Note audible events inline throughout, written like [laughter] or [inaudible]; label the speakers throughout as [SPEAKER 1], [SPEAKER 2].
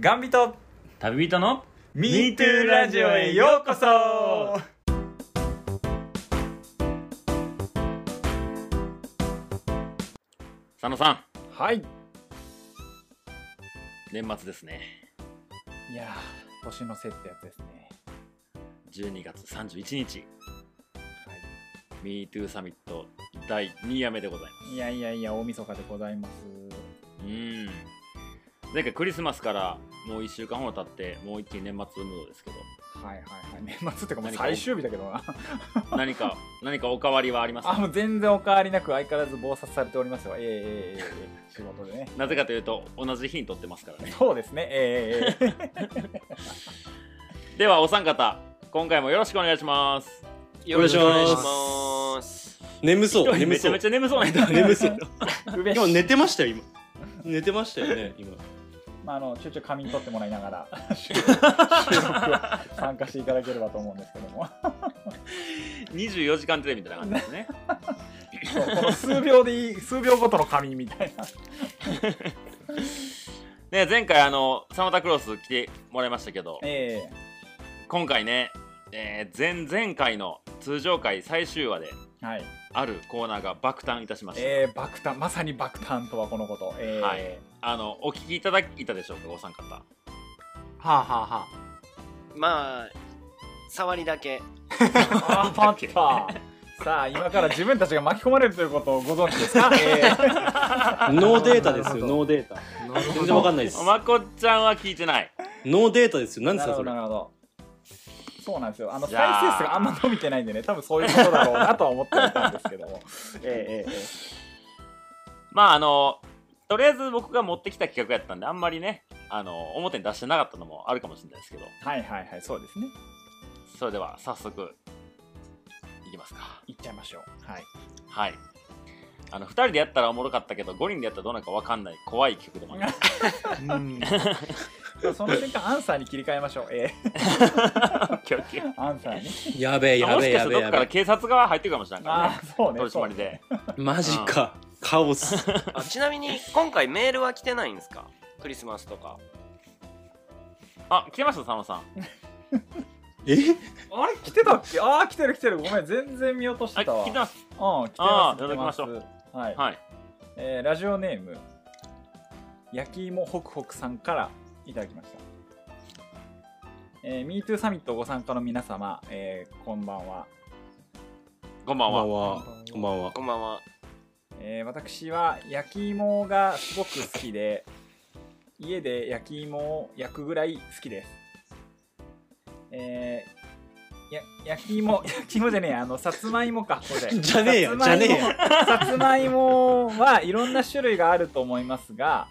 [SPEAKER 1] ガンビト
[SPEAKER 2] 旅人の
[SPEAKER 1] MeToo ラジオへようこそ
[SPEAKER 2] 佐野さん
[SPEAKER 3] はい
[SPEAKER 2] 年末ですね
[SPEAKER 3] いやー年の瀬ってやつですね
[SPEAKER 2] 12月31日
[SPEAKER 3] は
[SPEAKER 2] MeToo サミット第2夜目でございま
[SPEAKER 3] いいやいやいや大晦日でございます
[SPEAKER 2] すうん前回クリスマスからもう1週間ほど経ってもう一気に年末ムードですけど
[SPEAKER 3] はいはいはい年末っていうかもう
[SPEAKER 2] 何か
[SPEAKER 3] 最終日だけどな
[SPEAKER 2] 何 [laughs] か何かお変わりはありま
[SPEAKER 3] [laughs]
[SPEAKER 2] す
[SPEAKER 3] あ
[SPEAKER 2] か
[SPEAKER 3] もう全然お変わりなく相変わらず忙殺されておりますよええええええええ仕事でね
[SPEAKER 2] なぜかというと同じ日に撮ってますからね
[SPEAKER 3] そうですねえええええ
[SPEAKER 2] ではお三方今回もよろしくお願いします
[SPEAKER 4] よろしくお願いし
[SPEAKER 1] お
[SPEAKER 4] ます。
[SPEAKER 5] 眠そう眠
[SPEAKER 2] めち
[SPEAKER 5] そ
[SPEAKER 2] ゃ
[SPEAKER 5] う
[SPEAKER 2] めちゃ眠そう [laughs] な人
[SPEAKER 5] 眠そう
[SPEAKER 3] えうべし [laughs]
[SPEAKER 5] 今寝てましたよ今寝てましたよね今
[SPEAKER 3] まああのちょいちょい仮眠取ってもらいながら [laughs] 収録を参加していただければと思うんですけども
[SPEAKER 2] 24時間テレビみたいな感じですね
[SPEAKER 3] そうこの数秒でいい数秒ごとの仮眠みたいな
[SPEAKER 2] ね前回あのサマタクロス来てもらいましたけど
[SPEAKER 3] [laughs] え
[SPEAKER 2] 今回ね、えー前々回の通常回最終話で
[SPEAKER 3] えはい
[SPEAKER 2] あるコーナーが爆誕いたしました、
[SPEAKER 3] ええ爆誕まさに爆誕とはこのことええ
[SPEAKER 2] はいあのお聞きいただいたでしょうかお三方
[SPEAKER 3] はあはあは
[SPEAKER 4] まあ、触りだけ。 [laughs]
[SPEAKER 3] ああパッタ [laughs] さあ今から自分たちが巻き込まれるということをご存知ですか、えー
[SPEAKER 5] ノーデータですよ
[SPEAKER 3] なる
[SPEAKER 5] ノーデータ全然わかんないですノ
[SPEAKER 2] まこっちゃんは聞いてない
[SPEAKER 5] ーデータですよ何です
[SPEAKER 3] なるほ
[SPEAKER 5] かそ
[SPEAKER 3] どな
[SPEAKER 5] れ
[SPEAKER 3] るほどそうなんですよあの
[SPEAKER 2] い
[SPEAKER 3] 再
[SPEAKER 2] やー
[SPEAKER 3] 生数があんま伸びてないんでね多分そういうことだろうなとは思っていたんですけどもえええ
[SPEAKER 2] まああのとりあえず僕が持ってきた企画やったんであんまりねあの表に出してなかったのもあるかもしれないですけど
[SPEAKER 3] えはいはいはいそうですね
[SPEAKER 2] それでは早速いきますか
[SPEAKER 3] いっちゃいましょうはい
[SPEAKER 2] はいあの2人でやったらおもろかったけど5人でやったらどうなるかわかんない怖い企画で
[SPEAKER 3] [laughs]
[SPEAKER 2] [laughs] もあります
[SPEAKER 3] ま [laughs] あその瞬間アンサーに切り替えましょうええ
[SPEAKER 2] オッケーオッケー
[SPEAKER 3] アンサーに
[SPEAKER 5] やべえや
[SPEAKER 2] も
[SPEAKER 5] べ
[SPEAKER 2] し
[SPEAKER 5] え
[SPEAKER 2] か
[SPEAKER 5] や
[SPEAKER 2] した
[SPEAKER 5] べ
[SPEAKER 2] らど
[SPEAKER 5] えや
[SPEAKER 2] っ
[SPEAKER 5] べ
[SPEAKER 2] から警察が入ってるかもしれないからね
[SPEAKER 3] ああそうね
[SPEAKER 2] 取り締まりで
[SPEAKER 5] えマジかカオス
[SPEAKER 4] あちなみに、今回メールは来てないんですかクリスマスとか。
[SPEAKER 2] あ来てました佐野さん
[SPEAKER 5] え
[SPEAKER 3] あれ来てたっけああ来てる来てるごめん全然見落とし
[SPEAKER 2] あ
[SPEAKER 3] てたわ
[SPEAKER 2] 来てます
[SPEAKER 3] うん来て
[SPEAKER 2] あ
[SPEAKER 3] ます来
[SPEAKER 2] ー
[SPEAKER 3] てます
[SPEAKER 2] いただ
[SPEAKER 3] はい
[SPEAKER 2] はい
[SPEAKER 3] えーラジオネーム焼き芋ホクホクさんからいただきました、えー、MeToo サミットご参加の皆様、えーこんばんは、
[SPEAKER 2] こんば
[SPEAKER 5] こ
[SPEAKER 2] ん
[SPEAKER 5] んばん
[SPEAKER 2] は
[SPEAKER 5] はこんばんは
[SPEAKER 4] こんばんは。
[SPEAKER 3] えー私は焼き芋がすごく好きで家で焼き芋を焼くぐらい好きです、えーや焼き芋 [laughs] 焼き芋じゃねえやあのさつまいもかこれ
[SPEAKER 5] じゃねえよじゃねえよ
[SPEAKER 3] さつまいもはいろんな種類があると思いますが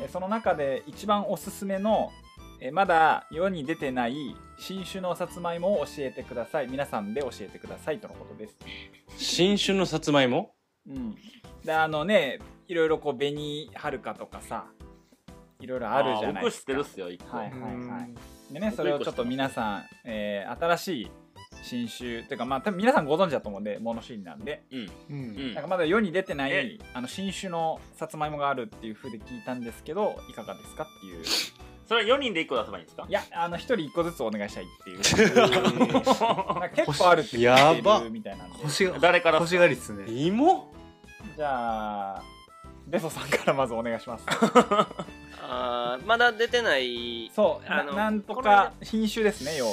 [SPEAKER 3] えその中で一番おすすめのえまだ世に出てない新種のさつまいもを教えてください皆さんで教えてくださいとのことです、
[SPEAKER 5] 新種のさつまいも
[SPEAKER 3] うん、であのねいろいろこう紅はるかとかさいろいろあるじゃない
[SPEAKER 2] あー
[SPEAKER 3] で
[SPEAKER 2] 僕
[SPEAKER 3] す
[SPEAKER 2] 知っ
[SPEAKER 3] か
[SPEAKER 2] てるっすよ一個、
[SPEAKER 3] はいはいはいでね
[SPEAKER 2] 僕
[SPEAKER 3] それをちょっと皆さん、えー新しい新種というかまあ多分皆さんご存知だと思うんでモノシーンなんで
[SPEAKER 2] うん
[SPEAKER 3] うん
[SPEAKER 2] ん
[SPEAKER 3] なんかまだ世に出てな
[SPEAKER 2] え
[SPEAKER 3] いあの新種のさつまいもがあるっていう風で聞いたんですけどいかがですかっていうい
[SPEAKER 2] それは4人で1個出せばいいんですか
[SPEAKER 3] やあの一人一個ずつお願いしたいっていう [laughs] なんか結構あるって聞い
[SPEAKER 5] や
[SPEAKER 3] て
[SPEAKER 5] ば
[SPEAKER 3] るみたいなんで
[SPEAKER 6] 欲しが
[SPEAKER 2] 誰から
[SPEAKER 6] 欲しがりっすね
[SPEAKER 5] 芋
[SPEAKER 3] じゃあベソさんからまずお願いします
[SPEAKER 4] あーまだ出てない。
[SPEAKER 3] そう
[SPEAKER 4] あ
[SPEAKER 3] な
[SPEAKER 4] の
[SPEAKER 3] なんと
[SPEAKER 4] この間
[SPEAKER 3] か品種ですね要は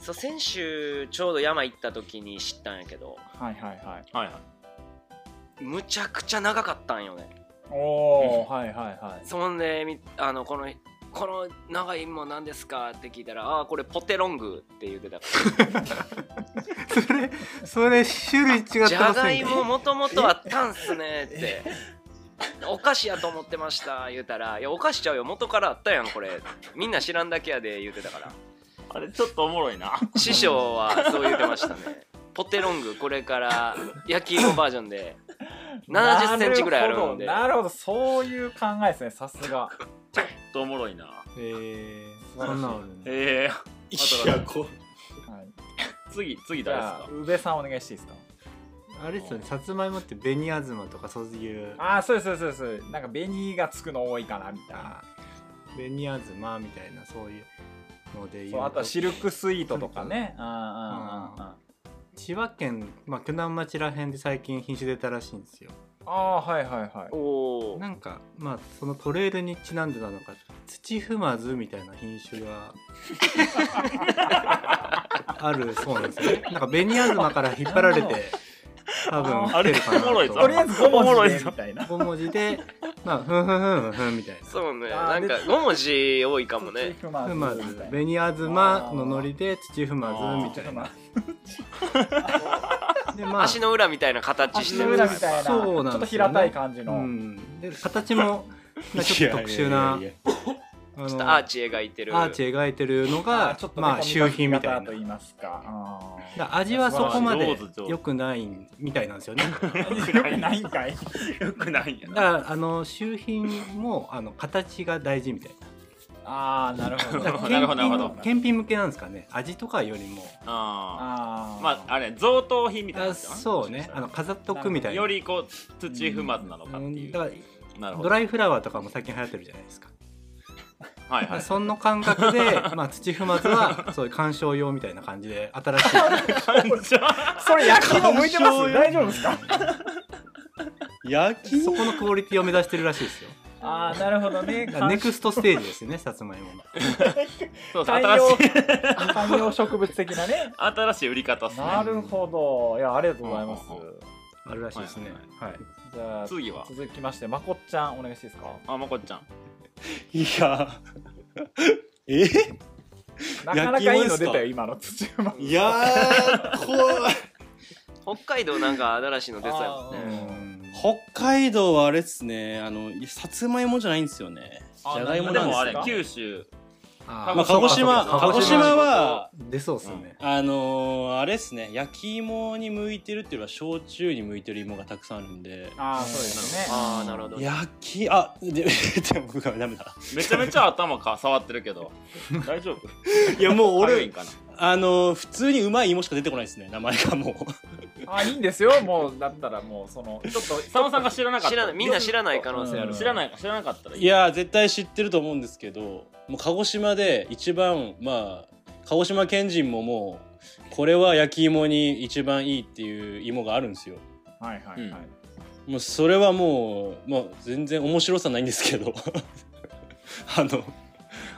[SPEAKER 4] そう、先週、ちょうど山行った時に知ったんやけど、
[SPEAKER 3] はいはいはい
[SPEAKER 2] はいはい
[SPEAKER 4] むちゃくちゃ長かったんよね。
[SPEAKER 3] おお、はいはい
[SPEAKER 4] [laughs]
[SPEAKER 3] はい
[SPEAKER 4] そんで、みあの、この、この長いも何ですかって聞いたら、ああー、これポテロングって言ってた。
[SPEAKER 6] それそれ種類違ってま
[SPEAKER 4] じゃ
[SPEAKER 6] せ
[SPEAKER 4] が
[SPEAKER 6] ん
[SPEAKER 4] い
[SPEAKER 6] か
[SPEAKER 4] ももともとあったんす
[SPEAKER 3] [laughs]
[SPEAKER 4] ねってお菓子やと思ってました言うたら「いやお菓子ちゃうよ元からあったやんこれみんな知らんだけやで」言うてたから
[SPEAKER 2] あれちょっとおもろいな
[SPEAKER 4] 師匠はそう言うてましたねポテロングこれから焼き芋バージョンで70センチぐらいあるんで
[SPEAKER 3] なるほどなるほどそういう考えですねさすが
[SPEAKER 2] ちょっとおもろいな
[SPEAKER 6] えー、
[SPEAKER 3] 素晴らしい
[SPEAKER 6] そんなんあるね
[SPEAKER 2] え
[SPEAKER 5] いやこ
[SPEAKER 3] はい
[SPEAKER 2] ー、次次
[SPEAKER 3] じ
[SPEAKER 2] 誰で
[SPEAKER 3] ゃあ宇部さんお願いしていいですか
[SPEAKER 6] あれっすよねさつまいもって紅あずまとかそういう
[SPEAKER 3] ああそうですそうですそうですなんか紅がつくの多いかなみたいな
[SPEAKER 6] あ紅あずまみたいなそういうので
[SPEAKER 3] そうあとはシルクスイートとかねあー
[SPEAKER 6] 千葉県、まあ、鋸南町ら辺で最近品種出たらしいんですよ
[SPEAKER 3] あーはいはいはい
[SPEAKER 4] おお
[SPEAKER 6] なんかまあそのトレイルにちなんでなのか土踏まずみたいな品種があるそうなんですよねなんか紅あずまから引っ張られて多分
[SPEAKER 2] あれ
[SPEAKER 6] 来てるかな
[SPEAKER 2] おもろいぞ
[SPEAKER 3] とりあえず5
[SPEAKER 2] おもろ
[SPEAKER 3] 文
[SPEAKER 2] い
[SPEAKER 3] 字
[SPEAKER 2] ぞ
[SPEAKER 3] でみたいな
[SPEAKER 6] 5文字でまあふんふんふんふんみたいな
[SPEAKER 4] そうね
[SPEAKER 3] あ
[SPEAKER 4] な
[SPEAKER 3] ー
[SPEAKER 4] ん
[SPEAKER 3] で
[SPEAKER 4] か5文字多いかもね
[SPEAKER 3] 土踏ま
[SPEAKER 6] ふ
[SPEAKER 3] ず
[SPEAKER 6] まず
[SPEAKER 3] みたいな
[SPEAKER 6] 紅あずまのノリで土踏まずみたいなでま
[SPEAKER 4] 足の裏みたいな形して
[SPEAKER 3] 足の
[SPEAKER 4] る
[SPEAKER 3] 裏みたいな
[SPEAKER 6] そうなんですよね
[SPEAKER 3] ちょっと平たい感じの、
[SPEAKER 6] うん、で形もなんかちょっと特殊ない
[SPEAKER 5] やいやいやいや
[SPEAKER 6] あの
[SPEAKER 4] ちょっとアーチ描いてる
[SPEAKER 6] アーチ描いてるの
[SPEAKER 3] あー
[SPEAKER 6] が
[SPEAKER 3] ちょっとね
[SPEAKER 6] まあ周品みたいな
[SPEAKER 3] と言いますかあー
[SPEAKER 6] だから味はそこまで
[SPEAKER 2] 上手上手
[SPEAKER 6] 良くないみたいなんですよね
[SPEAKER 3] よくないんかい
[SPEAKER 2] よくないんや
[SPEAKER 6] だからあの周品もあの形が大事みたい
[SPEAKER 3] ああなるほど
[SPEAKER 6] なだから
[SPEAKER 2] なるほどなるほど
[SPEAKER 6] 検品検品向けなんですかね味とかよりも
[SPEAKER 3] あ
[SPEAKER 2] ああ
[SPEAKER 3] ー
[SPEAKER 2] まああれ贈答品みたいな
[SPEAKER 6] あそうねあの飾っとくみたいな
[SPEAKER 2] よりこう土踏まずなのかって
[SPEAKER 6] う
[SPEAKER 2] い
[SPEAKER 6] ん
[SPEAKER 2] う
[SPEAKER 6] だか
[SPEAKER 2] なる
[SPEAKER 6] ら
[SPEAKER 2] ほ
[SPEAKER 6] ド
[SPEAKER 2] ど
[SPEAKER 6] ライフラワーとかも最近流行ってるじゃないですか
[SPEAKER 2] はいはい
[SPEAKER 6] その感覚で、まあ、土踏まずはそういう観賞用みたいな感じで新しい
[SPEAKER 3] それ焼き芋向いてま
[SPEAKER 5] 干渉
[SPEAKER 3] す
[SPEAKER 5] よ
[SPEAKER 3] 大丈夫ですか
[SPEAKER 5] [laughs] 焼き
[SPEAKER 6] そ
[SPEAKER 5] 芋
[SPEAKER 6] このクオリティを目指してるらしいですよ
[SPEAKER 3] ああなるほどね
[SPEAKER 6] だからネクストステージですよねさつまいもの
[SPEAKER 2] そうそう
[SPEAKER 3] 観
[SPEAKER 2] 新
[SPEAKER 3] 葉
[SPEAKER 2] しい
[SPEAKER 3] 観葉植物的なね
[SPEAKER 2] 新しい売り方っすね
[SPEAKER 3] なるほどいやありがとうございます
[SPEAKER 2] うんうん
[SPEAKER 6] あるらしいですねはい
[SPEAKER 3] じゃあ
[SPEAKER 2] 次は
[SPEAKER 3] 続きましてまこっちゃんお願いしていいですか
[SPEAKER 2] あまこっちゃん
[SPEAKER 5] いやえ
[SPEAKER 3] なかなかいいの出たよ今の土馬
[SPEAKER 5] いやー怖い
[SPEAKER 4] 北海道なんか新しいの出そうやもんね
[SPEAKER 6] うん
[SPEAKER 5] 北海道はあれっすねあのさつまいもじゃないんですよねじ
[SPEAKER 3] あ
[SPEAKER 5] ゃがい
[SPEAKER 2] で
[SPEAKER 5] も
[SPEAKER 3] な
[SPEAKER 5] なん
[SPEAKER 3] ん
[SPEAKER 5] です
[SPEAKER 2] もあ
[SPEAKER 5] よ
[SPEAKER 2] れ
[SPEAKER 3] か
[SPEAKER 2] 九州
[SPEAKER 6] あー
[SPEAKER 5] まあ、鹿児島
[SPEAKER 6] そうか
[SPEAKER 5] 鹿児島は
[SPEAKER 6] 出そうっすよね、
[SPEAKER 5] あのー、あれっすね焼き芋に向いてるっていうのは焼酎に向いてる芋がたくさんあるんで
[SPEAKER 3] ああそうですね
[SPEAKER 4] ああなるほど
[SPEAKER 5] 焼きあで [laughs] でも僕はダメだ
[SPEAKER 2] めちゃめちゃ頭か触ってるけ
[SPEAKER 3] [laughs]
[SPEAKER 2] ど大丈夫
[SPEAKER 5] いやもう
[SPEAKER 2] かゆいん
[SPEAKER 5] 俺
[SPEAKER 2] かな
[SPEAKER 5] あのー、普通にうまい芋しか出てこないですね名前がもう
[SPEAKER 3] あいいんですよもうだったらもうそのちょっと
[SPEAKER 2] 佐野さんが知らなかった
[SPEAKER 4] 知らないみんな知らない可能性ある
[SPEAKER 3] うん
[SPEAKER 2] 知らない知らなかったらい
[SPEAKER 5] いやー絶対知ってると思うんですけどもう鹿児島で一番まあ鹿児島県人ももうこれは焼き芋に一番いいっていう芋があるんですよ
[SPEAKER 3] はいはいはい、
[SPEAKER 2] うん
[SPEAKER 5] もうそれはもう、まあ、全然面白さないんですけど [laughs] あの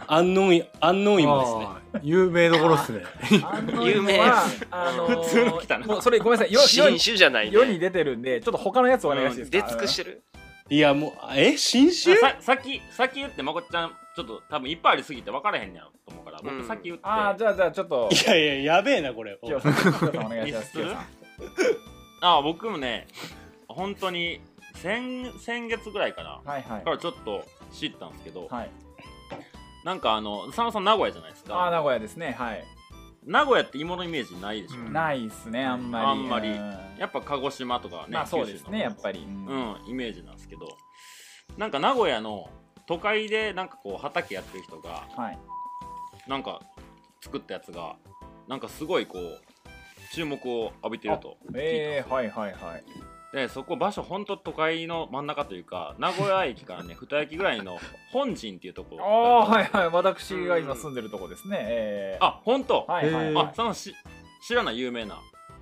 [SPEAKER 5] 安納芋安納芋ですね
[SPEAKER 6] あー有名どころっすね
[SPEAKER 3] あの
[SPEAKER 4] 有名
[SPEAKER 3] はあの
[SPEAKER 2] 普通の来たな
[SPEAKER 3] もうそれごめんなさい世世
[SPEAKER 4] 新
[SPEAKER 3] に
[SPEAKER 4] 種じゃない
[SPEAKER 3] 世に
[SPEAKER 4] ね
[SPEAKER 3] 出てるんでちょっと他のやつお願いしていいです
[SPEAKER 4] 出
[SPEAKER 3] か、
[SPEAKER 4] 尽くしてる
[SPEAKER 5] いやもうえ新 [laughs] 種
[SPEAKER 2] さ先先言ってまこっちゃんちょっと多分いっぱいありすぎて分からへんねやろと思うから
[SPEAKER 4] う
[SPEAKER 2] 僕
[SPEAKER 4] ん
[SPEAKER 2] 先言って、
[SPEAKER 3] ああ
[SPEAKER 2] あ
[SPEAKER 3] じゃあじゃあちょっと
[SPEAKER 5] いやいややべえな
[SPEAKER 3] [laughs]
[SPEAKER 5] これ
[SPEAKER 3] キヨさんキヨさんお願いしますキヨさん
[SPEAKER 2] あ僕もね本当に先先月ぐらいかな
[SPEAKER 3] はいはい
[SPEAKER 2] からちょっと知ったんですけど、
[SPEAKER 3] はい
[SPEAKER 2] なんかあの佐野さん名古屋じゃないです
[SPEAKER 3] ああ
[SPEAKER 2] か
[SPEAKER 3] 名古屋ですねはい、
[SPEAKER 2] 名古屋って芋のイメージないでしょ、
[SPEAKER 6] うん
[SPEAKER 3] ないっすねあんまり
[SPEAKER 2] あんまり
[SPEAKER 3] う
[SPEAKER 2] やっぱ鹿児島とかはね、
[SPEAKER 3] まあそうですねやっぱ
[SPEAKER 2] り
[SPEAKER 3] り、う、
[SPEAKER 2] うんんイメージなんですけどなんか名古屋の都会でなんかこう畑やってる人が
[SPEAKER 3] はい
[SPEAKER 2] なんか作ったやつがなんかすごいこう注目を浴びてると
[SPEAKER 3] ええー、はいはいはい
[SPEAKER 2] でそこ場所ほんと都会の真ん中というか名古屋
[SPEAKER 3] [laughs]
[SPEAKER 2] 駅からね二駅ぐらいの本陣っていうとこ
[SPEAKER 3] あ
[SPEAKER 2] ろ
[SPEAKER 3] あはいはい私が今住んでるとこですね、えー、
[SPEAKER 2] あ本当、
[SPEAKER 3] はいはい、
[SPEAKER 6] へー
[SPEAKER 2] あそのし知らない有名な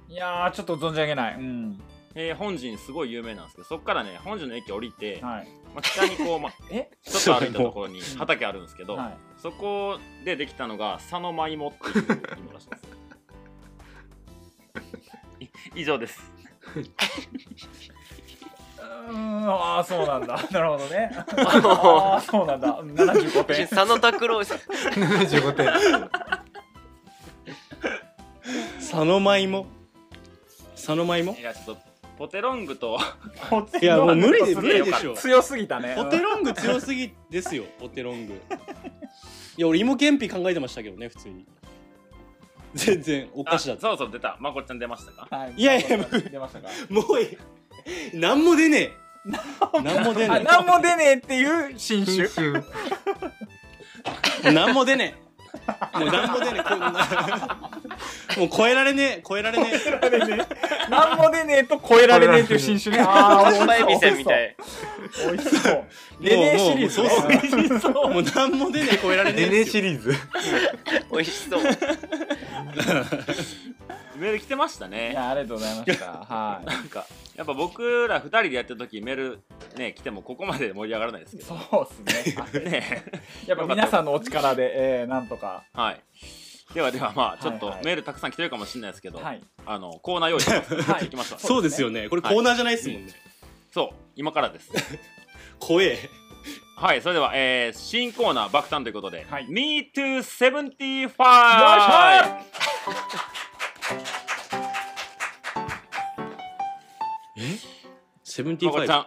[SPEAKER 2] い
[SPEAKER 3] やーちょっと存じ上げないうん
[SPEAKER 2] えー本陣すごい有名なんですけどそこからね本陣の駅降りて、
[SPEAKER 3] はい
[SPEAKER 2] まあ、北にこう、まあ、
[SPEAKER 3] [laughs] え
[SPEAKER 2] ちょっと歩いたところに畑あるんですけど、
[SPEAKER 3] はい
[SPEAKER 2] そこでできたのが佐野舞もっていう芋らしいです。い以 [laughs] 上です。
[SPEAKER 3] うーんああそうなんだ [laughs] なるほどねああそうなんだうん75点
[SPEAKER 4] [laughs] 佐野拓郎
[SPEAKER 2] [laughs]
[SPEAKER 4] さん
[SPEAKER 6] 75点
[SPEAKER 5] 佐野舞も佐野舞も
[SPEAKER 2] いやちょっとポテロン
[SPEAKER 3] [laughs]
[SPEAKER 2] グと
[SPEAKER 5] いやもう無理で無理でしょ
[SPEAKER 3] 強すぎたね
[SPEAKER 5] ポテロング強すぎですよポテロングいや俺芋けんぴ考えてましたけどね普通に全然お
[SPEAKER 2] あ
[SPEAKER 5] 菓子
[SPEAKER 2] そ
[SPEAKER 5] だ
[SPEAKER 2] ろ
[SPEAKER 5] った
[SPEAKER 2] そろ出たまこっちゃん出ましたか。
[SPEAKER 3] はい
[SPEAKER 5] いやいや
[SPEAKER 3] 出ました出ましたか
[SPEAKER 5] もういい何も出ねえ何も出
[SPEAKER 3] あ
[SPEAKER 5] ね
[SPEAKER 3] 何も出ねえっていう新種
[SPEAKER 6] 品種
[SPEAKER 5] え何も出ねえもう何も出ねえこんなもう超えられねえ超えられねえ
[SPEAKER 3] 何も出ねえと超えられねえっていう新種ねああ
[SPEAKER 4] 前店みたい
[SPEAKER 3] 美味しそう。レネシリーズ、
[SPEAKER 5] もうも
[SPEAKER 3] ね。
[SPEAKER 5] うもうそうっすもう何も出ねえ超えられね
[SPEAKER 6] ね
[SPEAKER 5] え
[SPEAKER 6] ね
[SPEAKER 5] ですよ
[SPEAKER 6] シリーズ
[SPEAKER 4] 美味しそう
[SPEAKER 2] [laughs] メール来てました
[SPEAKER 3] い
[SPEAKER 2] ね
[SPEAKER 3] やありがとうございました。はい。
[SPEAKER 2] なんかやっぱ僕ら2人でやってる時メールね来てもここまで盛り上がらないですけ
[SPEAKER 3] そうですね。
[SPEAKER 2] どね
[SPEAKER 3] [laughs] やっぱ皆さんのお力で、えー、なんとか。
[SPEAKER 2] はいではではまあちょっと
[SPEAKER 3] はいはい
[SPEAKER 2] メールたくさん来てるかもしれないですけど、
[SPEAKER 3] はい。
[SPEAKER 2] あのコーナー用意してます
[SPEAKER 3] [laughs] はい
[SPEAKER 2] 行きました
[SPEAKER 5] そうですよねこれコーナーじゃないですもんね、
[SPEAKER 2] そう今か
[SPEAKER 3] [laughs]
[SPEAKER 2] らです
[SPEAKER 5] 怖え
[SPEAKER 2] はいそれでは、えー新コーナー爆誕ということで「
[SPEAKER 3] はい
[SPEAKER 2] MeToo75」
[SPEAKER 3] よいしょ
[SPEAKER 5] セブンティ
[SPEAKER 2] まこ
[SPEAKER 5] フ
[SPEAKER 2] れ
[SPEAKER 5] ァイ
[SPEAKER 2] ちゃん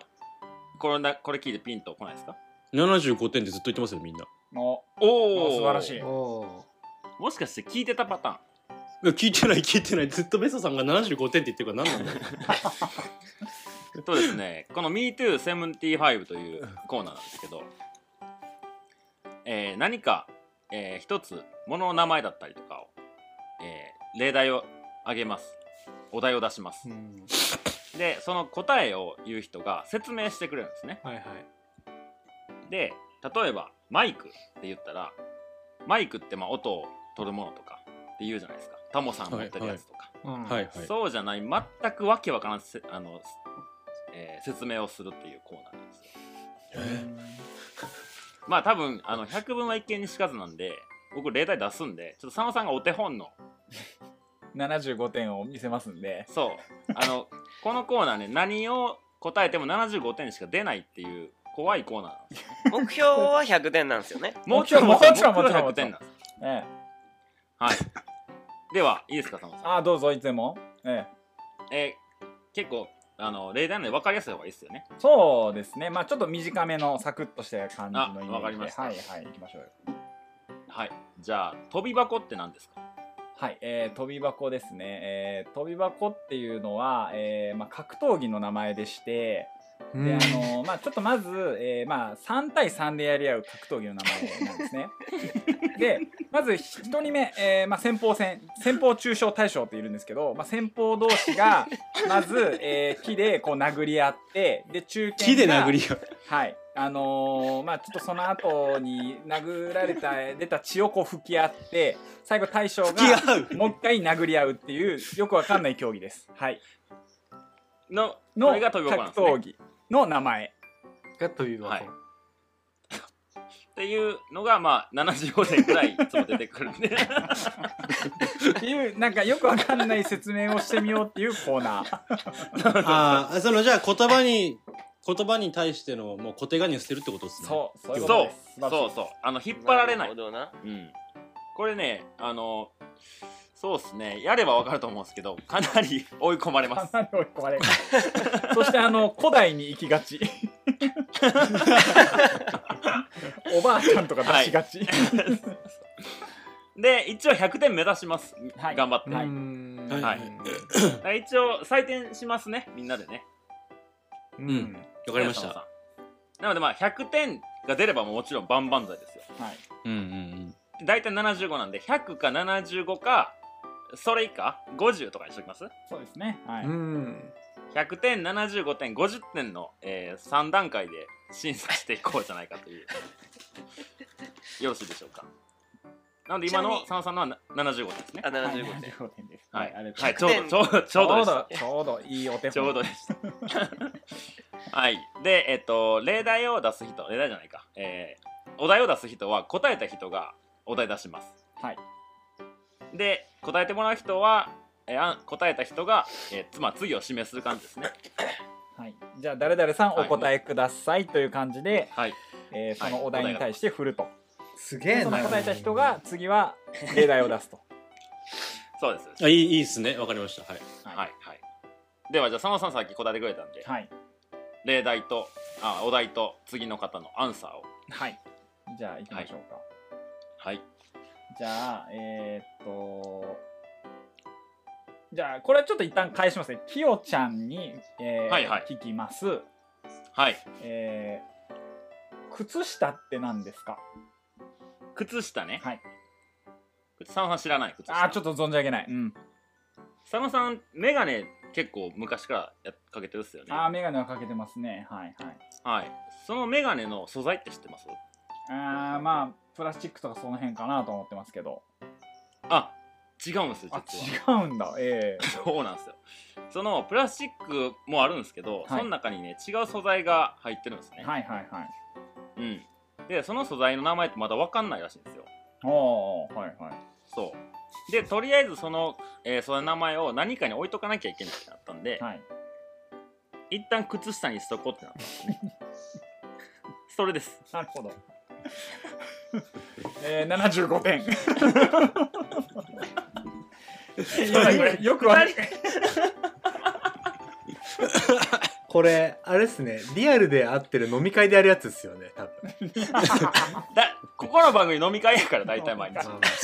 [SPEAKER 2] これなこれ聞いてピンとこないですか
[SPEAKER 5] ブ75点でずっと言ってますよみんな
[SPEAKER 3] お
[SPEAKER 2] おお
[SPEAKER 3] 素晴ら
[SPEAKER 2] [laughs]
[SPEAKER 3] しい
[SPEAKER 6] おお
[SPEAKER 2] もしかして聞いてたパターン
[SPEAKER 5] いや聞いてない聞いてないずっとベソさんが75点って言ってるから何なんだろ
[SPEAKER 2] とですね、この MeToo75 というコーナーなんですけど、えー何か、えー一つ、物の名前だったりとかを、えー例題をあげます。お題を出します
[SPEAKER 6] う。ん
[SPEAKER 2] で、その答えを言う人が説明してくれるんですね。
[SPEAKER 6] はいはい
[SPEAKER 2] で、例えば、マイクって言ったら、マイクってまあ音を取るものとかって言うじゃないですか。タモさん持ってるやつとか。
[SPEAKER 6] うん
[SPEAKER 5] う [laughs] はいはい
[SPEAKER 2] そうじゃない、全くわけわからんせあの、えー説明をするっていうコーナーなんですよ。まあ多分あの百分は一見にしかずなんで僕例題出すんでちょっと佐野さんがお手本の
[SPEAKER 3] 75点を見せますんで。
[SPEAKER 2] そう
[SPEAKER 3] [laughs]
[SPEAKER 2] あのこのコーナーね何を答えても75点しか出ないっていう怖いコーナーなんです
[SPEAKER 4] 目標は100点なんですよね
[SPEAKER 3] もちろんもちろんもちろん
[SPEAKER 2] 100点なんです
[SPEAKER 3] ええ
[SPEAKER 2] はいではいいですか佐野さん、
[SPEAKER 3] ああどうぞいつでも。ええ
[SPEAKER 2] えー結構あの例題なんで分かりやすい方がいいですよね
[SPEAKER 3] そうですね。まあちょっと短めのサクッとした感じのイメージで。
[SPEAKER 2] あわかりました
[SPEAKER 3] はいはい行きましょうよ。
[SPEAKER 2] はいじゃあ飛び箱って何ですか
[SPEAKER 3] はい、えー、飛び箱ですね、えー、飛び箱っていうのは、えーまあ、格闘技の名前でして、
[SPEAKER 6] うん
[SPEAKER 3] であのーまあ、ちょっとまず、えーまあ、3対3でやり合う格闘技の名前なんですねでまず1人目、えーまあ、先鋒戦先鋒中傷大将っているんですけど、まあ、先鋒同士がまず、えー木でこう殴り合ってで中堅が
[SPEAKER 5] 木で殴り合う
[SPEAKER 3] はい。あのーまあちょっとその後に殴られた出た血をこう吹き合って最後大将が
[SPEAKER 5] 吹き合う
[SPEAKER 3] もう一回殴り合うっていうよくわかんない競技です。はい。
[SPEAKER 2] の
[SPEAKER 3] の
[SPEAKER 2] これが飛び箱なんです
[SPEAKER 3] 格
[SPEAKER 2] ね
[SPEAKER 3] 闘技の名前。
[SPEAKER 6] が飛び箱、
[SPEAKER 2] はいっていうのがまあ75点ぐらいいつも出てくるんで
[SPEAKER 3] っていうなんかよくわかんない説明をしてみようっていうコーナー。
[SPEAKER 5] ああそのじゃあ言葉に言葉に対してのもう小手紙を捨てるってことですね
[SPEAKER 3] そうそういうこと
[SPEAKER 2] そう
[SPEAKER 3] です。
[SPEAKER 2] そうそうあの引っ張られない
[SPEAKER 4] るほどな
[SPEAKER 2] うん、これねあのそうですねやればわかると思うんですけどかなり [laughs] 追い込まれま
[SPEAKER 3] か [laughs]
[SPEAKER 2] す
[SPEAKER 3] なり追い込まれるそしてあの古代に行きが
[SPEAKER 2] [laughs]
[SPEAKER 3] ちおばあちゃんとか出しがち、
[SPEAKER 2] で一応100点目指します、
[SPEAKER 3] はい
[SPEAKER 2] 頑張って、
[SPEAKER 3] はいう
[SPEAKER 6] ーん
[SPEAKER 5] はい
[SPEAKER 2] はいはい一応採点しますねみんなでね
[SPEAKER 6] う、
[SPEAKER 5] うんんわかりまし
[SPEAKER 2] 皆
[SPEAKER 5] た
[SPEAKER 2] さんなのでまあ100点が出ればもちろん万々歳ですよ
[SPEAKER 3] はい
[SPEAKER 5] うんうん
[SPEAKER 2] で大体75なんで100か75かそれ以下50とかにしときます
[SPEAKER 3] そうですねはいう
[SPEAKER 6] ん
[SPEAKER 2] 100点75点50点の、え3段階で審査していこうじゃないかというよろしいでしょうかなので今の
[SPEAKER 4] ち
[SPEAKER 2] 佐野さんのはな75点ですね
[SPEAKER 4] あ
[SPEAKER 3] はい
[SPEAKER 4] 75点、
[SPEAKER 3] 75点です
[SPEAKER 2] はい、
[SPEAKER 3] ありがとうござ
[SPEAKER 2] はいい、
[SPEAKER 3] ま
[SPEAKER 2] ちょうど
[SPEAKER 4] 100点
[SPEAKER 2] ちょ
[SPEAKER 3] ちょ
[SPEAKER 2] うどちょうどです
[SPEAKER 3] うどいいお手本
[SPEAKER 2] ちょうどでした [laughs] はいでえっと例題を出す人例題じゃないか、えーお題を出す人は答えた人がお題出します
[SPEAKER 3] はい
[SPEAKER 2] で答えてもらう人は、えーあ答えた人が、えー、まあ次を示す感じですね
[SPEAKER 3] はい、じゃあ誰々さんお
[SPEAKER 2] はい
[SPEAKER 3] 答えくださいという感じで、
[SPEAKER 2] はい
[SPEAKER 3] えーそ
[SPEAKER 2] は
[SPEAKER 3] の
[SPEAKER 2] い
[SPEAKER 3] お題に対して振ると、
[SPEAKER 6] すげ
[SPEAKER 3] で
[SPEAKER 6] え
[SPEAKER 3] そ
[SPEAKER 6] な
[SPEAKER 3] の答えた人が次は例題を出すと
[SPEAKER 2] そうです
[SPEAKER 5] あいいいいですねわかりましたはい
[SPEAKER 2] はいはいではじゃあ佐野さんさっき答えてくれたんで、
[SPEAKER 3] はい
[SPEAKER 2] 例題とあお題と次の方のアンサーを
[SPEAKER 3] はいじゃあ行きましょうか、
[SPEAKER 2] はい
[SPEAKER 3] じゃあえーっとじゃあこれはちょっと一旦返しますねきよちゃんに、えー
[SPEAKER 2] はいはい
[SPEAKER 3] 聞きます
[SPEAKER 2] はい
[SPEAKER 3] えー靴下って何ですか
[SPEAKER 2] 靴下ね、
[SPEAKER 3] はい
[SPEAKER 2] 佐野さん知らない靴下
[SPEAKER 3] あーちょっと存じ上げないうん
[SPEAKER 2] 佐野さん眼鏡結構昔からやっかけてるっすよね
[SPEAKER 3] ああ、メガネはかけてますね。はいはい。
[SPEAKER 2] はいそのメガネの素材って知ってます
[SPEAKER 3] あーまあ、プラスチックとかその辺かなと思ってますけど。
[SPEAKER 2] あ違うんですよ
[SPEAKER 3] あ、
[SPEAKER 2] 実
[SPEAKER 3] 違
[SPEAKER 2] は
[SPEAKER 3] うんだ。ええ
[SPEAKER 2] そうなんですよそのプラスチックもあるんですけど、
[SPEAKER 3] い
[SPEAKER 2] その中にね違う素材が入ってるんですね、
[SPEAKER 3] はいはいはい。
[SPEAKER 2] うん、でその素材の名前ってまだ分かんないらしいんですよ
[SPEAKER 3] おー、はいはい。
[SPEAKER 2] そうでとりあえずその、えーその名前を何かに置いとかなきゃいけないってなったんで、
[SPEAKER 3] はい。
[SPEAKER 2] 一旦靴下にしとこうってなったんですねそれです
[SPEAKER 3] なるほど。 [laughs] えー、75点。今よくわか
[SPEAKER 6] これあれっすねリアルで会ってる飲み会でやるやつっすよね多分
[SPEAKER 2] だここの番組飲み会やから大体毎日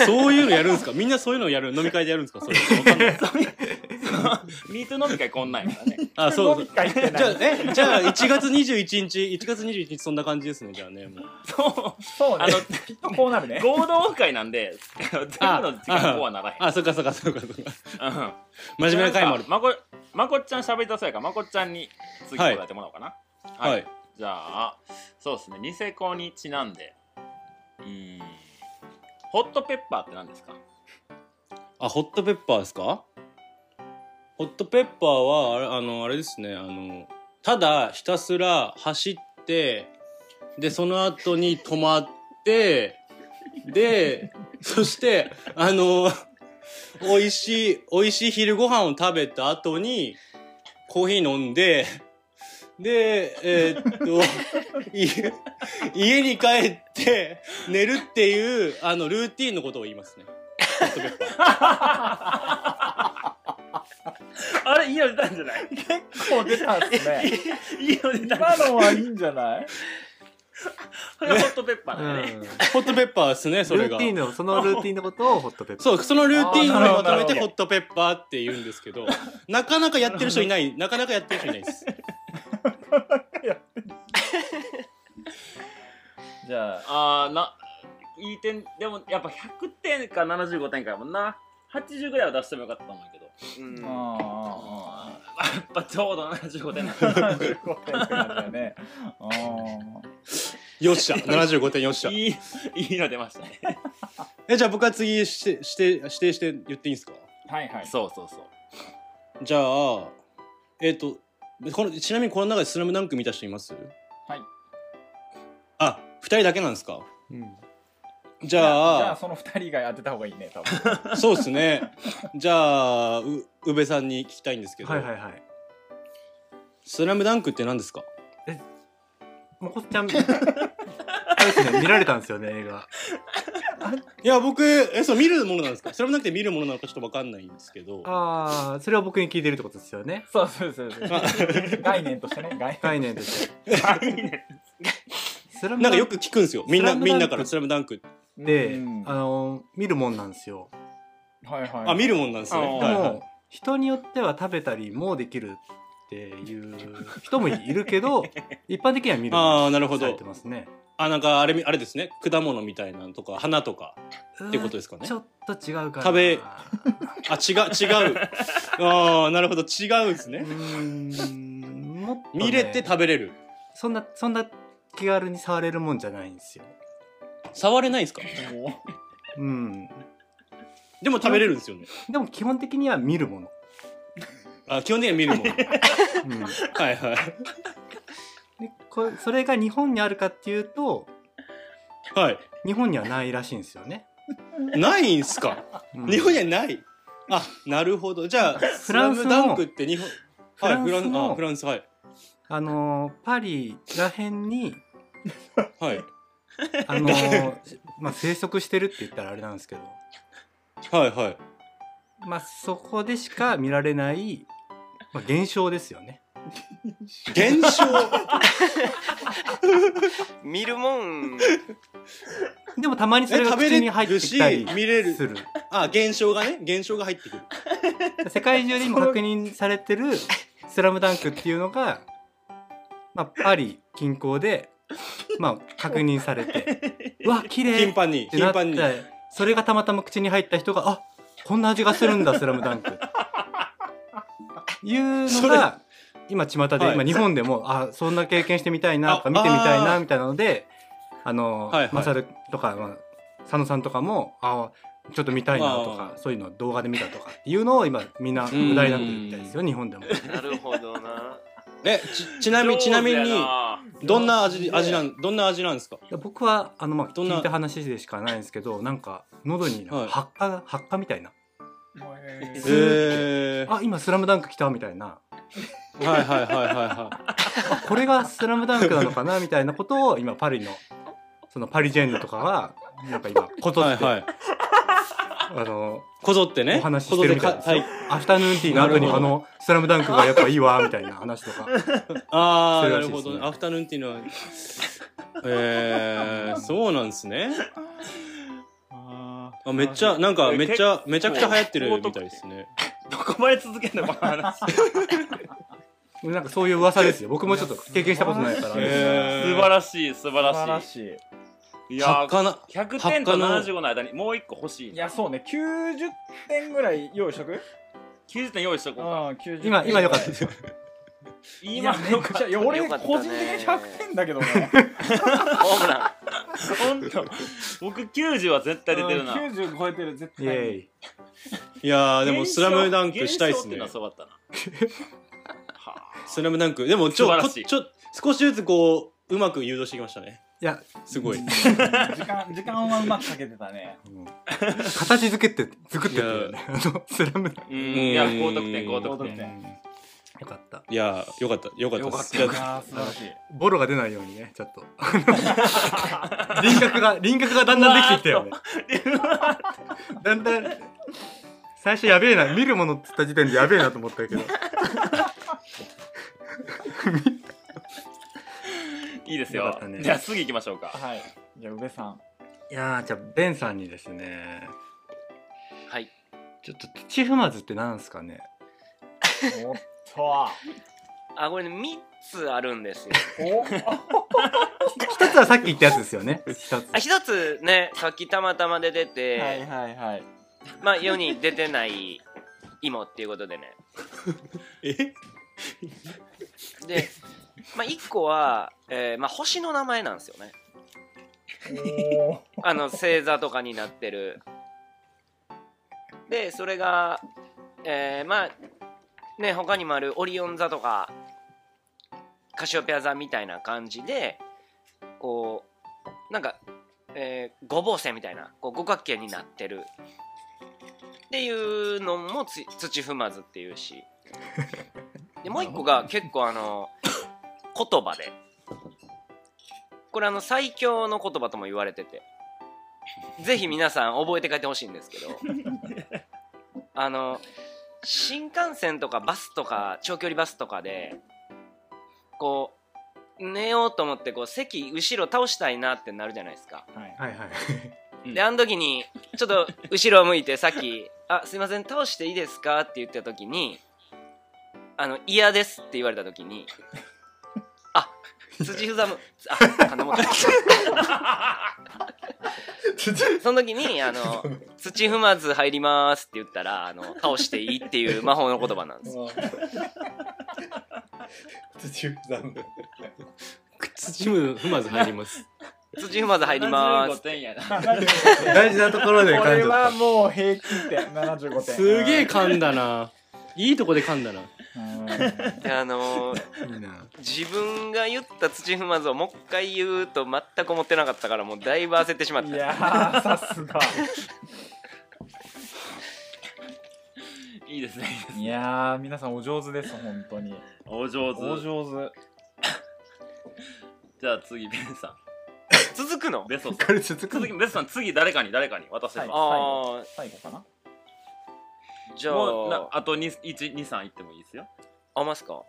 [SPEAKER 5] そういうのやるんですかみんなそういうのやる飲み会でやるんですかそれわかんない
[SPEAKER 2] ミート飲み会こんなんやからね
[SPEAKER 5] あそうそう
[SPEAKER 3] 一回言って
[SPEAKER 5] じゃ
[SPEAKER 3] な
[SPEAKER 5] あ
[SPEAKER 3] い。
[SPEAKER 5] えじゃあ1月21日1月21日そんな感じですねじゃあねもう
[SPEAKER 2] そう
[SPEAKER 3] そうね
[SPEAKER 2] あの。
[SPEAKER 3] きっとこうなるね。
[SPEAKER 2] 合同会なんで全部の時間こうはならへん
[SPEAKER 5] あそっかそっかそっかそっか
[SPEAKER 2] うん
[SPEAKER 5] 真面目な回もある
[SPEAKER 2] まこまこっちゃん喋りたそうやからまこっちゃんに次答えてもらおうかなは
[SPEAKER 5] はい
[SPEAKER 2] じゃあそうですねニセコにちなんでうーんホットペッパーって何ですか
[SPEAKER 5] あホットペッパーですかホットペッパーはあれあのあれですねあのただひたすら走ってでその後に止まってで [laughs] そしてあの美味しい美味しい昼ご飯を食べた後にコーヒー飲んででえーっと家家に帰って寝るっていうあのルーティンのことを言いますね。ホットペッパー
[SPEAKER 2] あれいいの出たんじゃない
[SPEAKER 3] 結構出たんすね。
[SPEAKER 2] いいの出た
[SPEAKER 3] 今のはいいんじゃない
[SPEAKER 2] これホットペッパー
[SPEAKER 6] う
[SPEAKER 2] だよね、
[SPEAKER 6] ん
[SPEAKER 5] ホットペッパーです [laughs] ね、それ
[SPEAKER 6] ルー
[SPEAKER 5] が
[SPEAKER 6] テ。ィンのそのルーティンのことをホットペッパー
[SPEAKER 5] そう、そのルーティンをまとめ
[SPEAKER 3] あーなるほどなる
[SPEAKER 5] て
[SPEAKER 3] ほ
[SPEAKER 5] ホ
[SPEAKER 3] ど
[SPEAKER 5] ットペッパーって言うんですけど、なかなかやってる人いない、なかなかやってる人いないです。
[SPEAKER 3] じゃあ、
[SPEAKER 2] あーないい点でもやっぱ100点か75点かやもんな80ぐらいは出してもよかったと思うけど
[SPEAKER 4] うん
[SPEAKER 3] ああ。
[SPEAKER 2] やっぱちょうど75点なん
[SPEAKER 3] 75
[SPEAKER 2] だ
[SPEAKER 3] 点ってなったよね。う
[SPEAKER 5] よっ [laughs] しゃ、75点よっしゃ。
[SPEAKER 2] いいいいの出ましたね
[SPEAKER 5] え、じゃあ僕は次して、して、指定して言っていいんですか
[SPEAKER 3] んはいはい。
[SPEAKER 2] そうそうそう
[SPEAKER 5] じゃあ、えっ、と、この、ちなみにこの中でスラムダンク見た人います
[SPEAKER 3] はい。
[SPEAKER 5] あ、二人だけなんですか
[SPEAKER 6] うん
[SPEAKER 5] じ
[SPEAKER 3] じゃ
[SPEAKER 5] ゃ
[SPEAKER 3] あ、
[SPEAKER 5] あ、
[SPEAKER 3] その2人が当てた方がいいね、多分。
[SPEAKER 5] そうですね。じゃあ、う、宇部さんに聞きたいんですけど、
[SPEAKER 6] はいはいはい
[SPEAKER 5] スラムダンクって何ですか
[SPEAKER 6] もこっちゃん [laughs] あれっすね見られたんですよね映画
[SPEAKER 5] いや、僕、え、そう、見るものなんですかスラムダンクって見るものなのかちょっとわかんないんですけど。
[SPEAKER 6] ああそれは僕に聞いてるってことですよね
[SPEAKER 3] そうそうそうそう。 [laughs] 概念としてね、概念。
[SPEAKER 6] 概念としてスラム
[SPEAKER 5] な
[SPEAKER 6] ダ
[SPEAKER 5] ん
[SPEAKER 6] ン
[SPEAKER 5] かよ
[SPEAKER 6] ク
[SPEAKER 5] く聞くんですよ。みんな、
[SPEAKER 6] スラムダンク
[SPEAKER 5] みんなから、スラムダンクって。
[SPEAKER 6] で、
[SPEAKER 3] うん
[SPEAKER 6] あの見るもんなんですよ
[SPEAKER 3] はいはい。
[SPEAKER 5] あ、見るもんなんですね。
[SPEAKER 2] あー
[SPEAKER 6] で
[SPEAKER 5] はい
[SPEAKER 6] も、
[SPEAKER 5] はい。
[SPEAKER 6] 人によっては食べたりもできるっていう人もいる
[SPEAKER 5] [laughs]
[SPEAKER 6] けど一般的には見る
[SPEAKER 5] あーなるほ
[SPEAKER 6] に
[SPEAKER 5] ど
[SPEAKER 6] されてますね
[SPEAKER 5] あ、なんか、あれみ、あれですね。果物みたいなのとか、花とか。
[SPEAKER 6] って
[SPEAKER 5] ことですかね
[SPEAKER 6] ちょっと違うから
[SPEAKER 5] 食べあ、違う、違う。 [laughs] ああ、なるほど、違うんです
[SPEAKER 6] う
[SPEAKER 5] ね。
[SPEAKER 6] ーんもっと、ね、
[SPEAKER 5] 見れて食べれる。
[SPEAKER 6] そんなそんな気軽に触れるもんじゃないんですよ
[SPEAKER 5] 触れないんですか
[SPEAKER 6] うん
[SPEAKER 5] でも食べれるんですよね。
[SPEAKER 6] でも基本的には見るもの、
[SPEAKER 5] あ、基本的には見
[SPEAKER 6] [laughs]
[SPEAKER 5] るもの。 [laughs]
[SPEAKER 6] うん、で
[SPEAKER 5] はいはい。
[SPEAKER 6] これそれが日本にあるかっていうと
[SPEAKER 5] は
[SPEAKER 6] 日本にはないらしいんですよね、
[SPEAKER 5] い。ないんすか
[SPEAKER 6] うん
[SPEAKER 5] 日本にはない。あ、なるほど。じゃあ、スラ
[SPEAKER 6] ラン
[SPEAKER 5] ム
[SPEAKER 6] スの
[SPEAKER 5] ダンクって日本。
[SPEAKER 6] フ
[SPEAKER 5] はい、
[SPEAKER 6] ラン
[SPEAKER 5] フラ
[SPEAKER 6] ス
[SPEAKER 5] ンス、あ、フ
[SPEAKER 6] の
[SPEAKER 5] ランス、はい。
[SPEAKER 6] あのーパリらへんに
[SPEAKER 5] はい。
[SPEAKER 6] あ
[SPEAKER 5] [laughs]
[SPEAKER 6] のーまあ生息してるって言ったらあれなんですけど、
[SPEAKER 5] はいはい。
[SPEAKER 6] まあ、そこでしか見られない、まあ、現象ですよね。
[SPEAKER 5] 現象。
[SPEAKER 4] 見るもん
[SPEAKER 6] でもたまにそれ
[SPEAKER 5] え
[SPEAKER 6] が
[SPEAKER 5] 食べ
[SPEAKER 6] 口に
[SPEAKER 5] れ
[SPEAKER 6] 入って
[SPEAKER 5] る
[SPEAKER 6] き
[SPEAKER 5] した
[SPEAKER 6] り、
[SPEAKER 5] 見れる
[SPEAKER 6] する。
[SPEAKER 5] あ現象がね現象が入ってくる
[SPEAKER 6] 世界中で今確認されてる「スラムダンクっていうのが、まあ、パリ近郊で、まあ、確認されて「うわ綺麗
[SPEAKER 5] 頻
[SPEAKER 6] っ
[SPEAKER 5] 繁に
[SPEAKER 6] て
[SPEAKER 5] 頻
[SPEAKER 6] なっ
[SPEAKER 5] 繁に
[SPEAKER 6] てそれがたまたま口に入った人が「あこんな味がするんだスラムダンクいう
[SPEAKER 5] そ
[SPEAKER 6] の
[SPEAKER 5] れ
[SPEAKER 6] が今巷で、
[SPEAKER 5] はい
[SPEAKER 6] 今日本でもあそんな経験してみたいな
[SPEAKER 5] あ
[SPEAKER 6] とか見てみたい
[SPEAKER 5] あー
[SPEAKER 6] なみたいなのであの、
[SPEAKER 5] はいはい
[SPEAKER 6] マサルとか、まあ、佐野さんとかもあちょっと見たいなとかそういうのを動画で見たとかっていうのを今みんな無題なく言いたいですよ日本でも。
[SPEAKER 1] なるほどな。
[SPEAKER 5] えちちなみちなみ
[SPEAKER 2] 上手や
[SPEAKER 5] に
[SPEAKER 2] な
[SPEAKER 5] どんな味味なんどんな味なんですか
[SPEAKER 6] いや僕はあのまあ
[SPEAKER 5] どんな
[SPEAKER 6] 聞いた話でしかないんですけどなんか喉になん
[SPEAKER 5] はい
[SPEAKER 6] か発火、発火みたいな
[SPEAKER 3] え
[SPEAKER 5] へ
[SPEAKER 6] ー
[SPEAKER 5] え
[SPEAKER 6] あ今「スラムダンク来たみたいな
[SPEAKER 5] はいはいはいはいは
[SPEAKER 6] あこれが「スラムダンクなのかなみたいなことを今パリのそのパリジェンヌとかはなん
[SPEAKER 5] [laughs]
[SPEAKER 6] か今こ
[SPEAKER 5] い
[SPEAKER 6] と
[SPEAKER 5] は
[SPEAKER 6] っ
[SPEAKER 5] い
[SPEAKER 6] て、
[SPEAKER 5] はい
[SPEAKER 6] あの
[SPEAKER 5] こぞってね
[SPEAKER 6] お話ししてるみたい
[SPEAKER 5] こ
[SPEAKER 6] で
[SPEAKER 5] ぞっ
[SPEAKER 6] すよ
[SPEAKER 5] てか
[SPEAKER 6] アフタヌーンティーの後に
[SPEAKER 5] なるほど
[SPEAKER 6] あの「スラムダンクがやっぱいいわみたいな話とか
[SPEAKER 5] ああな
[SPEAKER 6] そういうら
[SPEAKER 5] る
[SPEAKER 6] しいで
[SPEAKER 5] ほ
[SPEAKER 6] すね
[SPEAKER 5] どねアフタヌーンティーのえー、そうなんですねあめっちゃなんかめっちゃめちゃくちゃ流行ってるみたいですね
[SPEAKER 2] どこまで続けんのこの話素
[SPEAKER 6] なんかそういう噂ですよ僕もちょっと経験したことないから、
[SPEAKER 3] いや
[SPEAKER 5] へー
[SPEAKER 2] 晴らしい素
[SPEAKER 3] 素
[SPEAKER 2] 晴
[SPEAKER 3] 晴ら
[SPEAKER 2] らし
[SPEAKER 3] しい
[SPEAKER 2] いい
[SPEAKER 5] は
[SPEAKER 2] や
[SPEAKER 5] っかな
[SPEAKER 2] 100点と
[SPEAKER 5] 発火の
[SPEAKER 2] 75の間にもう一個欲しい
[SPEAKER 3] い
[SPEAKER 2] な
[SPEAKER 3] やそうね90点ぐらい用意しとく
[SPEAKER 2] 90点用意しとこうか
[SPEAKER 3] ああ90点
[SPEAKER 6] 今今よかったですよ
[SPEAKER 3] いやめ
[SPEAKER 2] 今
[SPEAKER 3] っちゃいや俺
[SPEAKER 4] よかったね
[SPEAKER 3] 個人的に100点だけどね
[SPEAKER 4] ホームラ
[SPEAKER 2] 本当僕90は絶対出てるな
[SPEAKER 3] うん90超えてる絶
[SPEAKER 6] イエー
[SPEAKER 3] 対
[SPEAKER 6] イ
[SPEAKER 5] いやーでも「スラムダンクしたいですね
[SPEAKER 2] 現象っていうのはそうだったなは
[SPEAKER 5] 「
[SPEAKER 2] あ
[SPEAKER 5] スラムダンクでもちょ
[SPEAKER 2] 素晴
[SPEAKER 5] こ
[SPEAKER 2] らしい
[SPEAKER 5] ちょ少しずつこううまく誘導してきましたね
[SPEAKER 6] いや、
[SPEAKER 5] すごい
[SPEAKER 3] うん時間時間はうまくかけてたね
[SPEAKER 6] うん形作って作ってってるよねあのスラムダン
[SPEAKER 2] うん
[SPEAKER 5] ん
[SPEAKER 2] いや高得点高
[SPEAKER 3] 高
[SPEAKER 2] 得
[SPEAKER 3] 得
[SPEAKER 2] 点
[SPEAKER 3] 点
[SPEAKER 6] クよかった
[SPEAKER 5] いやーよかったよかったです
[SPEAKER 3] いや
[SPEAKER 5] いや
[SPEAKER 3] ー素晴らしい
[SPEAKER 6] ボロが出ないようにねちょっと [laughs] 輪郭が輪郭がだんだんできてきたよねだんだん最初やべえな見るものっつった時点でやべえなと思ったけど
[SPEAKER 2] いいです
[SPEAKER 6] よ
[SPEAKER 2] よ
[SPEAKER 6] かったね
[SPEAKER 2] じゃあ次行きましょうか
[SPEAKER 3] はいじゃあ宇部さん
[SPEAKER 6] いやーじゃあベンさんにですね
[SPEAKER 4] ンはい
[SPEAKER 6] ちょっと土踏まずってなんですかね
[SPEAKER 3] おっと
[SPEAKER 4] あこれね3つあるんで
[SPEAKER 2] [laughs]
[SPEAKER 4] すよ
[SPEAKER 3] お
[SPEAKER 6] 一つはさっき言ったやつですよね一つ
[SPEAKER 4] あ一つねさっきたまたまで出て、
[SPEAKER 3] はいはいはい
[SPEAKER 4] まあ世に出てない芋っていうこと
[SPEAKER 2] [laughs]
[SPEAKER 4] でね
[SPEAKER 5] え
[SPEAKER 4] で、まあ、1個は、えーまあ、星の名前なんですよね
[SPEAKER 3] おー
[SPEAKER 4] あの星座とかになってるでそれがえーまあね他にもあるオリオン座とかカシオペア座みたいな感じでこうなんか、えー、五芒星みたいなこう五角形になってるっていうのもつ土踏まずっていうしでもう一個が結構あの言葉でこれあの最強の言葉とも言われててぜひ皆さん覚えて帰ってほしいんですけどあの新幹線とかバスとか長距離バスとかでこう寝ようと思ってこう席後ろ倒したいなってなるじゃないですか
[SPEAKER 3] はい
[SPEAKER 6] はいはい
[SPEAKER 4] であの時にちょっと後ろを向いてさっき「あすいません倒していいですか?」って言った時に「あの嫌です」って言われた時に「あ辻ふざむ」あ金持その時にあの「土踏まず入ります」って言ったらあの倒していいっていう魔法の言葉なんですよ
[SPEAKER 6] 土踏まず
[SPEAKER 5] 土踏まず入ります
[SPEAKER 4] 土踏まず入りま
[SPEAKER 2] 75
[SPEAKER 4] す
[SPEAKER 2] 点やな
[SPEAKER 6] 大事なところで
[SPEAKER 3] こ
[SPEAKER 6] 感
[SPEAKER 3] れ
[SPEAKER 6] じ
[SPEAKER 3] は
[SPEAKER 6] た
[SPEAKER 3] もう平均点75点
[SPEAKER 5] すげえ噛んだないいとこで噛んだな
[SPEAKER 3] うん
[SPEAKER 4] であの
[SPEAKER 6] いいな
[SPEAKER 4] 自分が言った土踏まずをもう一回言うと全く思ってなかったからもうだいぶ焦ってしまっ
[SPEAKER 3] い
[SPEAKER 4] た
[SPEAKER 3] やーさすが
[SPEAKER 2] いいですねいいですね
[SPEAKER 3] いやー皆さんお上手です本当に
[SPEAKER 2] お上
[SPEAKER 3] お
[SPEAKER 2] 手
[SPEAKER 3] 上手
[SPEAKER 2] [laughs] じゃあ次ベンさ
[SPEAKER 4] 続くの
[SPEAKER 2] んベソさん
[SPEAKER 6] これ続くの
[SPEAKER 2] 続きベソさん次誰かに誰かに渡せば、
[SPEAKER 3] はい
[SPEAKER 4] ああ
[SPEAKER 3] 最後かな
[SPEAKER 4] じゃ
[SPEAKER 2] もうな
[SPEAKER 4] あ
[SPEAKER 2] あと123いってもいいですよ [laughs]
[SPEAKER 4] あますか
[SPEAKER 2] は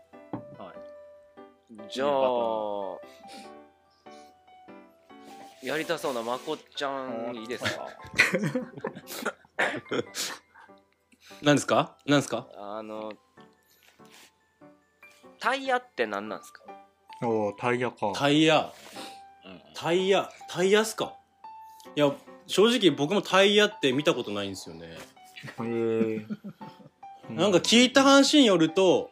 [SPEAKER 4] じゃあやりたそうなまこちゃんいいですか
[SPEAKER 5] 何ですか何ですか
[SPEAKER 4] あのタイヤって何なんですか
[SPEAKER 6] おータイヤか
[SPEAKER 5] タイヤ
[SPEAKER 2] い、うん
[SPEAKER 5] タイヤタイヤっすかいや正直僕もタイヤって見たことないんですよね
[SPEAKER 6] へえ
[SPEAKER 5] なんか聞いた話によると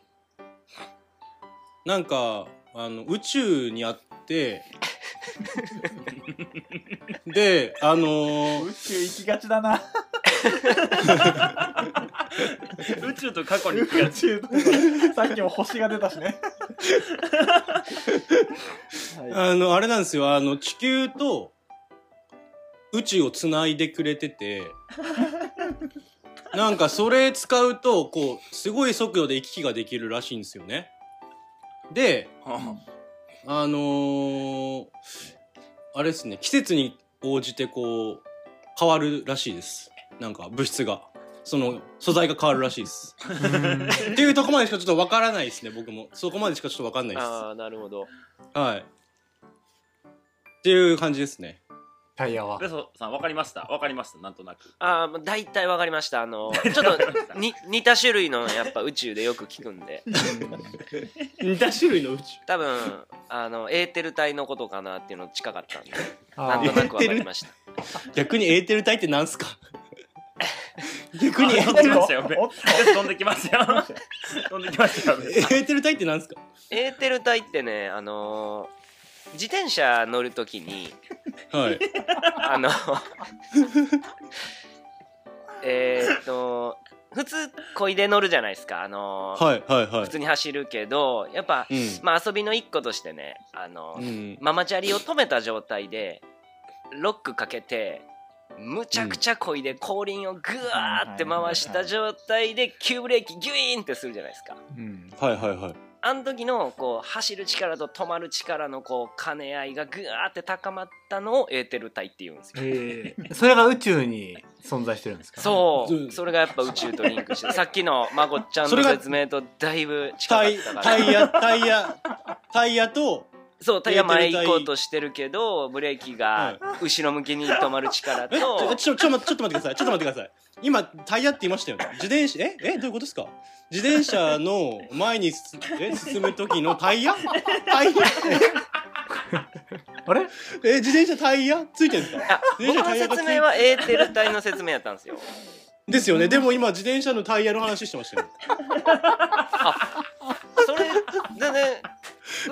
[SPEAKER 5] なんかあの宇宙にあって [laughs] であのー
[SPEAKER 3] 宇宙行きがちだな。
[SPEAKER 2] 宇宙と過去に行きが
[SPEAKER 3] 宇
[SPEAKER 2] ち
[SPEAKER 3] 宙とか。さっきも星が出たしね。は
[SPEAKER 5] あのあれなんですよあの地球と宇宙をつないでくれてて [laughs] なんかそれ使うとこうすごい速度で行き来ができるらしいんですよね。であのーあれですね季節に応じてこう変わるらしいですなんか物質がその素材が変わるらしいで
[SPEAKER 4] [laughs]
[SPEAKER 5] す。っていうとこまでしかちょっとわからないですね僕もそこまでしかちょっとわかんないです。
[SPEAKER 4] ああなるほど
[SPEAKER 5] はい。っていう感じですね。
[SPEAKER 6] タイヤは
[SPEAKER 2] [laughs] ベソさん分かりました分かりましたなんとなく
[SPEAKER 4] ああまあ大体わかりましたあのちょっとに似た種類のやっぱ宇宙でよく聞くんで
[SPEAKER 5] 似た種類の宇宙。
[SPEAKER 4] 多分あのエーテル体のことかなっていうの近かったんでな
[SPEAKER 6] あ
[SPEAKER 4] んとなくわかりました
[SPEAKER 5] 逆にエーテル体ってなんす
[SPEAKER 4] [laughs]
[SPEAKER 5] か逆にエー
[SPEAKER 2] 飛ん
[SPEAKER 5] テ
[SPEAKER 2] で
[SPEAKER 5] ル
[SPEAKER 2] きましたよベ
[SPEAKER 3] おっ
[SPEAKER 2] ソ飛んできましたよ [laughs] 飛んできましたよベソ
[SPEAKER 5] エーテル体ってなんすか
[SPEAKER 4] エーテル体ってねあのー自転車乗ると
[SPEAKER 5] [laughs]
[SPEAKER 4] きに
[SPEAKER 5] はい。
[SPEAKER 4] あのえーっと普通こいで乗るじゃないですかあのー
[SPEAKER 5] はいはいは
[SPEAKER 4] 普通に走るけどやっぱ、
[SPEAKER 5] い。
[SPEAKER 4] まあ、遊びの一個としてねあのー
[SPEAKER 5] うん。うん。
[SPEAKER 4] ママチャリを止めた状態でロックかけてむちゃくちゃこいで後輪をグワーって回した状態で急ブレーキギュイーンってするじゃないですか
[SPEAKER 6] うん
[SPEAKER 5] はいはいはい。
[SPEAKER 4] あの時のこう走る力と止まる力のこう兼ね合いがグワーって高まったのをエーテル体って言うんですよ
[SPEAKER 6] えーそれが宇宙に存在してるんですか
[SPEAKER 4] そ
[SPEAKER 5] うん
[SPEAKER 4] うそれがやっぱ宇宙とリンク
[SPEAKER 5] [laughs]
[SPEAKER 4] してさっきのまこっちゃん
[SPEAKER 5] それ
[SPEAKER 4] の
[SPEAKER 5] が
[SPEAKER 4] 説明とだいぶ近か
[SPEAKER 5] タ
[SPEAKER 4] っ
[SPEAKER 5] イ
[SPEAKER 4] たから
[SPEAKER 5] タイヤタイヤタイヤと
[SPEAKER 4] そうタイヤ前行こうとしてるけどブレーキが後ろ向きに止まる力
[SPEAKER 5] えちょ
[SPEAKER 4] と
[SPEAKER 5] ちょちょ待ってちょっと待ってくださいちょっと待ってください今タイヤって言いましたよね自転車ええどういうことですか自転車の前にすえ進む時のタイヤタイヤ
[SPEAKER 6] あれ
[SPEAKER 5] え自転車タイヤついてるんですか
[SPEAKER 4] あ
[SPEAKER 5] 電車
[SPEAKER 4] 僕の
[SPEAKER 5] タイヤがつい
[SPEAKER 4] 説明はエーテル体の説明やったんですよ
[SPEAKER 5] ですよね、でも今自転車のタイヤの話してましたよ
[SPEAKER 4] それ全然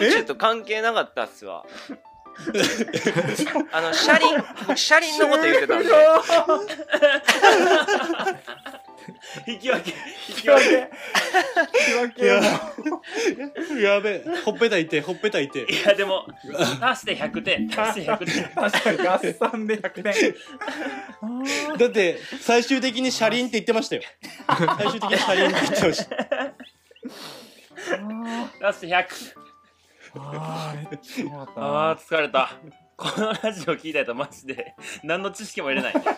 [SPEAKER 4] 宇宙と関係なかったっすわあの車輪僕車輪のこと言ってたんで
[SPEAKER 2] 引き分け引き
[SPEAKER 3] 引き分
[SPEAKER 2] 分
[SPEAKER 3] け
[SPEAKER 2] け
[SPEAKER 3] 引き分け。
[SPEAKER 5] やべえほっぺたいてほっぺたいて
[SPEAKER 2] いやでも足して100点足して100点
[SPEAKER 3] [laughs] 確かに合算で100点。
[SPEAKER 5] だって最終的に車輪って言ってましたよ最終的に車輪って言ってました
[SPEAKER 2] 足して100
[SPEAKER 3] ああ、めっちゃ良かった
[SPEAKER 2] あ
[SPEAKER 3] な。
[SPEAKER 2] ー疲れたこのラジオ聞いたやつマジで何の知識も入れないね [laughs]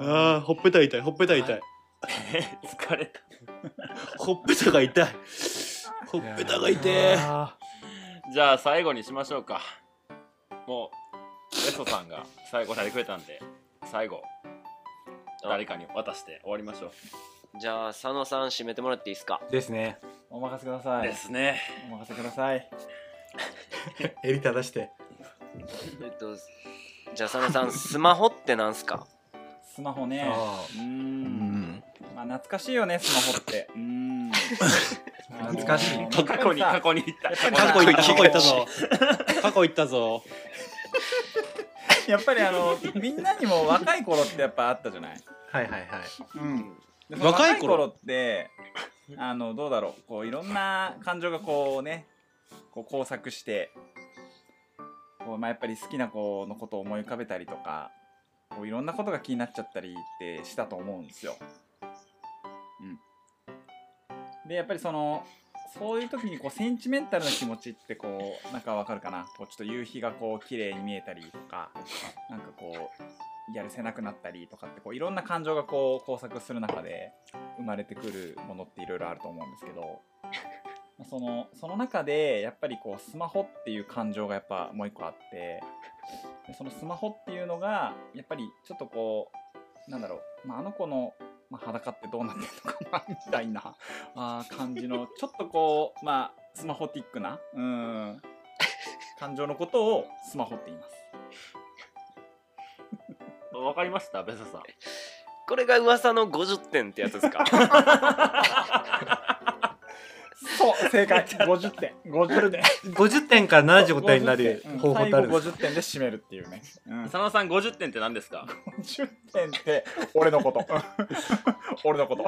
[SPEAKER 5] ああほっぺた痛いほっぺた痛い
[SPEAKER 2] 疲れた
[SPEAKER 5] ほっぺたが痛いほっぺたが痛え
[SPEAKER 2] じゃあ最後にしましょうかもうレソさんが最後になってくれたんで最後誰かに渡して終わりましょ
[SPEAKER 4] じゃあ佐野さん締めてもらっていいですか
[SPEAKER 6] ですね
[SPEAKER 3] お任せくだ
[SPEAKER 2] う
[SPEAKER 3] さ
[SPEAKER 2] で
[SPEAKER 3] い。
[SPEAKER 2] すね
[SPEAKER 3] お任せください。
[SPEAKER 6] エリタ出して
[SPEAKER 4] えっとじゃあ佐野さんスマホってなんすか
[SPEAKER 3] スマホね。
[SPEAKER 6] あ
[SPEAKER 3] うー。
[SPEAKER 6] ーうんん
[SPEAKER 3] まあ懐かしいよね、スマホって。うーん。
[SPEAKER 6] 懐かしい
[SPEAKER 3] あのー
[SPEAKER 2] 過去に過去に行った [laughs] 過去に
[SPEAKER 5] 過去行った過去行ったぞ過去行ったぞ
[SPEAKER 3] やっぱりあのみんなにも若い頃ってやっぱあったじゃない、
[SPEAKER 6] はいはいはい
[SPEAKER 3] でその
[SPEAKER 5] 若い頃
[SPEAKER 3] 若ってあのどうだろうこういろんな感情がこうねこう交錯してこう、まあ、やっぱり好きな子のことを思い浮かべたりとかこういろんなことが気になっちゃったりってしたと思うんですよ。うん、でやっぱりそのそういう時にこうセンチメンタルな気持ちってこうなんかわかるかなこうちょっと夕日がこう綺麗に見えたりとかなんかこうやるせなくなったりとかってこういろんな感情がこう交錯する中で生まれてくるものっていろいろあると思うんですけどそのその中でやっぱりこうスマホっていう感情がやっぱもう一個あってでそのスマホっていうのがやっぱりちょっとこうなんだろう、まあ、あの子の、まあ、裸ってどうなってるのかなみたいなあー感じのちょっとこうまあスマホティックなうん感情のことをスマホって言います。
[SPEAKER 2] わかりましたベソさん
[SPEAKER 4] これが噂の50点ってやつですか
[SPEAKER 3] そう正解50点50点
[SPEAKER 6] 50点から75点になる方法ってあるんです
[SPEAKER 3] 50点で締めるっていうね、うん、
[SPEAKER 2] 佐野さん50点って何ですか
[SPEAKER 3] 50点って俺のこと [laughs] 俺のこと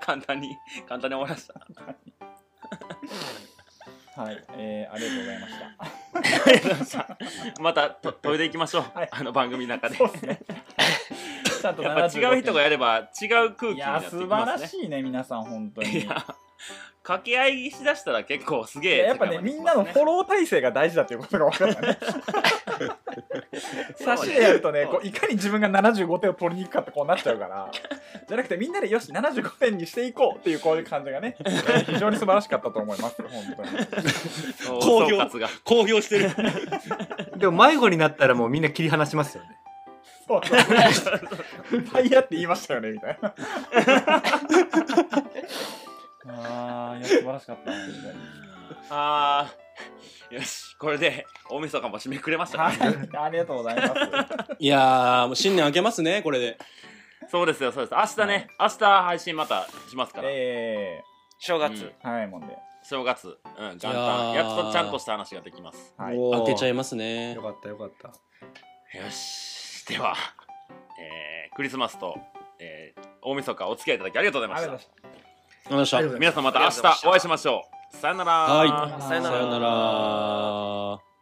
[SPEAKER 2] 簡単に簡単に終わらせた
[SPEAKER 3] はい、えー、ありがとうございました
[SPEAKER 2] [laughs] またと飛いでいきましょう、
[SPEAKER 3] はい
[SPEAKER 2] あの番組の中で
[SPEAKER 3] そうですね [laughs] ちゃんと
[SPEAKER 2] やっぱ違う人がやれば違う
[SPEAKER 3] い
[SPEAKER 2] 空気にな
[SPEAKER 3] や
[SPEAKER 2] ってい
[SPEAKER 3] 素
[SPEAKER 2] き
[SPEAKER 3] 晴
[SPEAKER 2] ま
[SPEAKER 3] ら
[SPEAKER 2] すね
[SPEAKER 3] しいね皆さん本当に
[SPEAKER 2] いや掛け合いしだしたら結構すげえ
[SPEAKER 3] いややっぱね、みんなのフォロー体制が大事だっていうことが分かったね。 [laughs] 差しでやるとね、こういかに自分が75点を取りに行くかってこうなっちゃうから、じゃなくてみんなでよし、75点にしていこうっていうこういう感じがね、えー非常に素晴らしかったと思います、本当に。
[SPEAKER 2] の
[SPEAKER 5] 興
[SPEAKER 2] 総
[SPEAKER 5] 行
[SPEAKER 2] 括が
[SPEAKER 5] 公表してる
[SPEAKER 6] でも迷子になったらもうみんな切り離しますよね
[SPEAKER 3] そうそうそう。タイヤって言いましたよね、みたいな。ああ、いや、素晴らしかった、本
[SPEAKER 2] あーよしこれで大晦日も締めくれましたね
[SPEAKER 3] 当に。はい、ありがとうございます。
[SPEAKER 5] いやーもう新年明けますねこれで
[SPEAKER 2] そうですよそうです明日ね明日配信またしますから
[SPEAKER 3] え
[SPEAKER 4] [laughs] 正
[SPEAKER 2] う
[SPEAKER 4] 月、
[SPEAKER 2] ん
[SPEAKER 3] ー、早いもんで。
[SPEAKER 2] 正月うん元
[SPEAKER 5] い
[SPEAKER 2] 旦
[SPEAKER 5] やー
[SPEAKER 2] やっとちゃんとした話ができます
[SPEAKER 3] はい。
[SPEAKER 5] 明けちゃい
[SPEAKER 6] ま
[SPEAKER 5] ますね
[SPEAKER 6] よかったよかった
[SPEAKER 2] よしでは、えークリスマスと、えー大晦日お付き合いいただきありがとうございました
[SPEAKER 5] ありがとうございまし
[SPEAKER 2] 皆さんまた明日お会いしましょうさよなら
[SPEAKER 5] はいた
[SPEAKER 4] さよ
[SPEAKER 5] さ
[SPEAKER 4] なら
[SPEAKER 5] よなら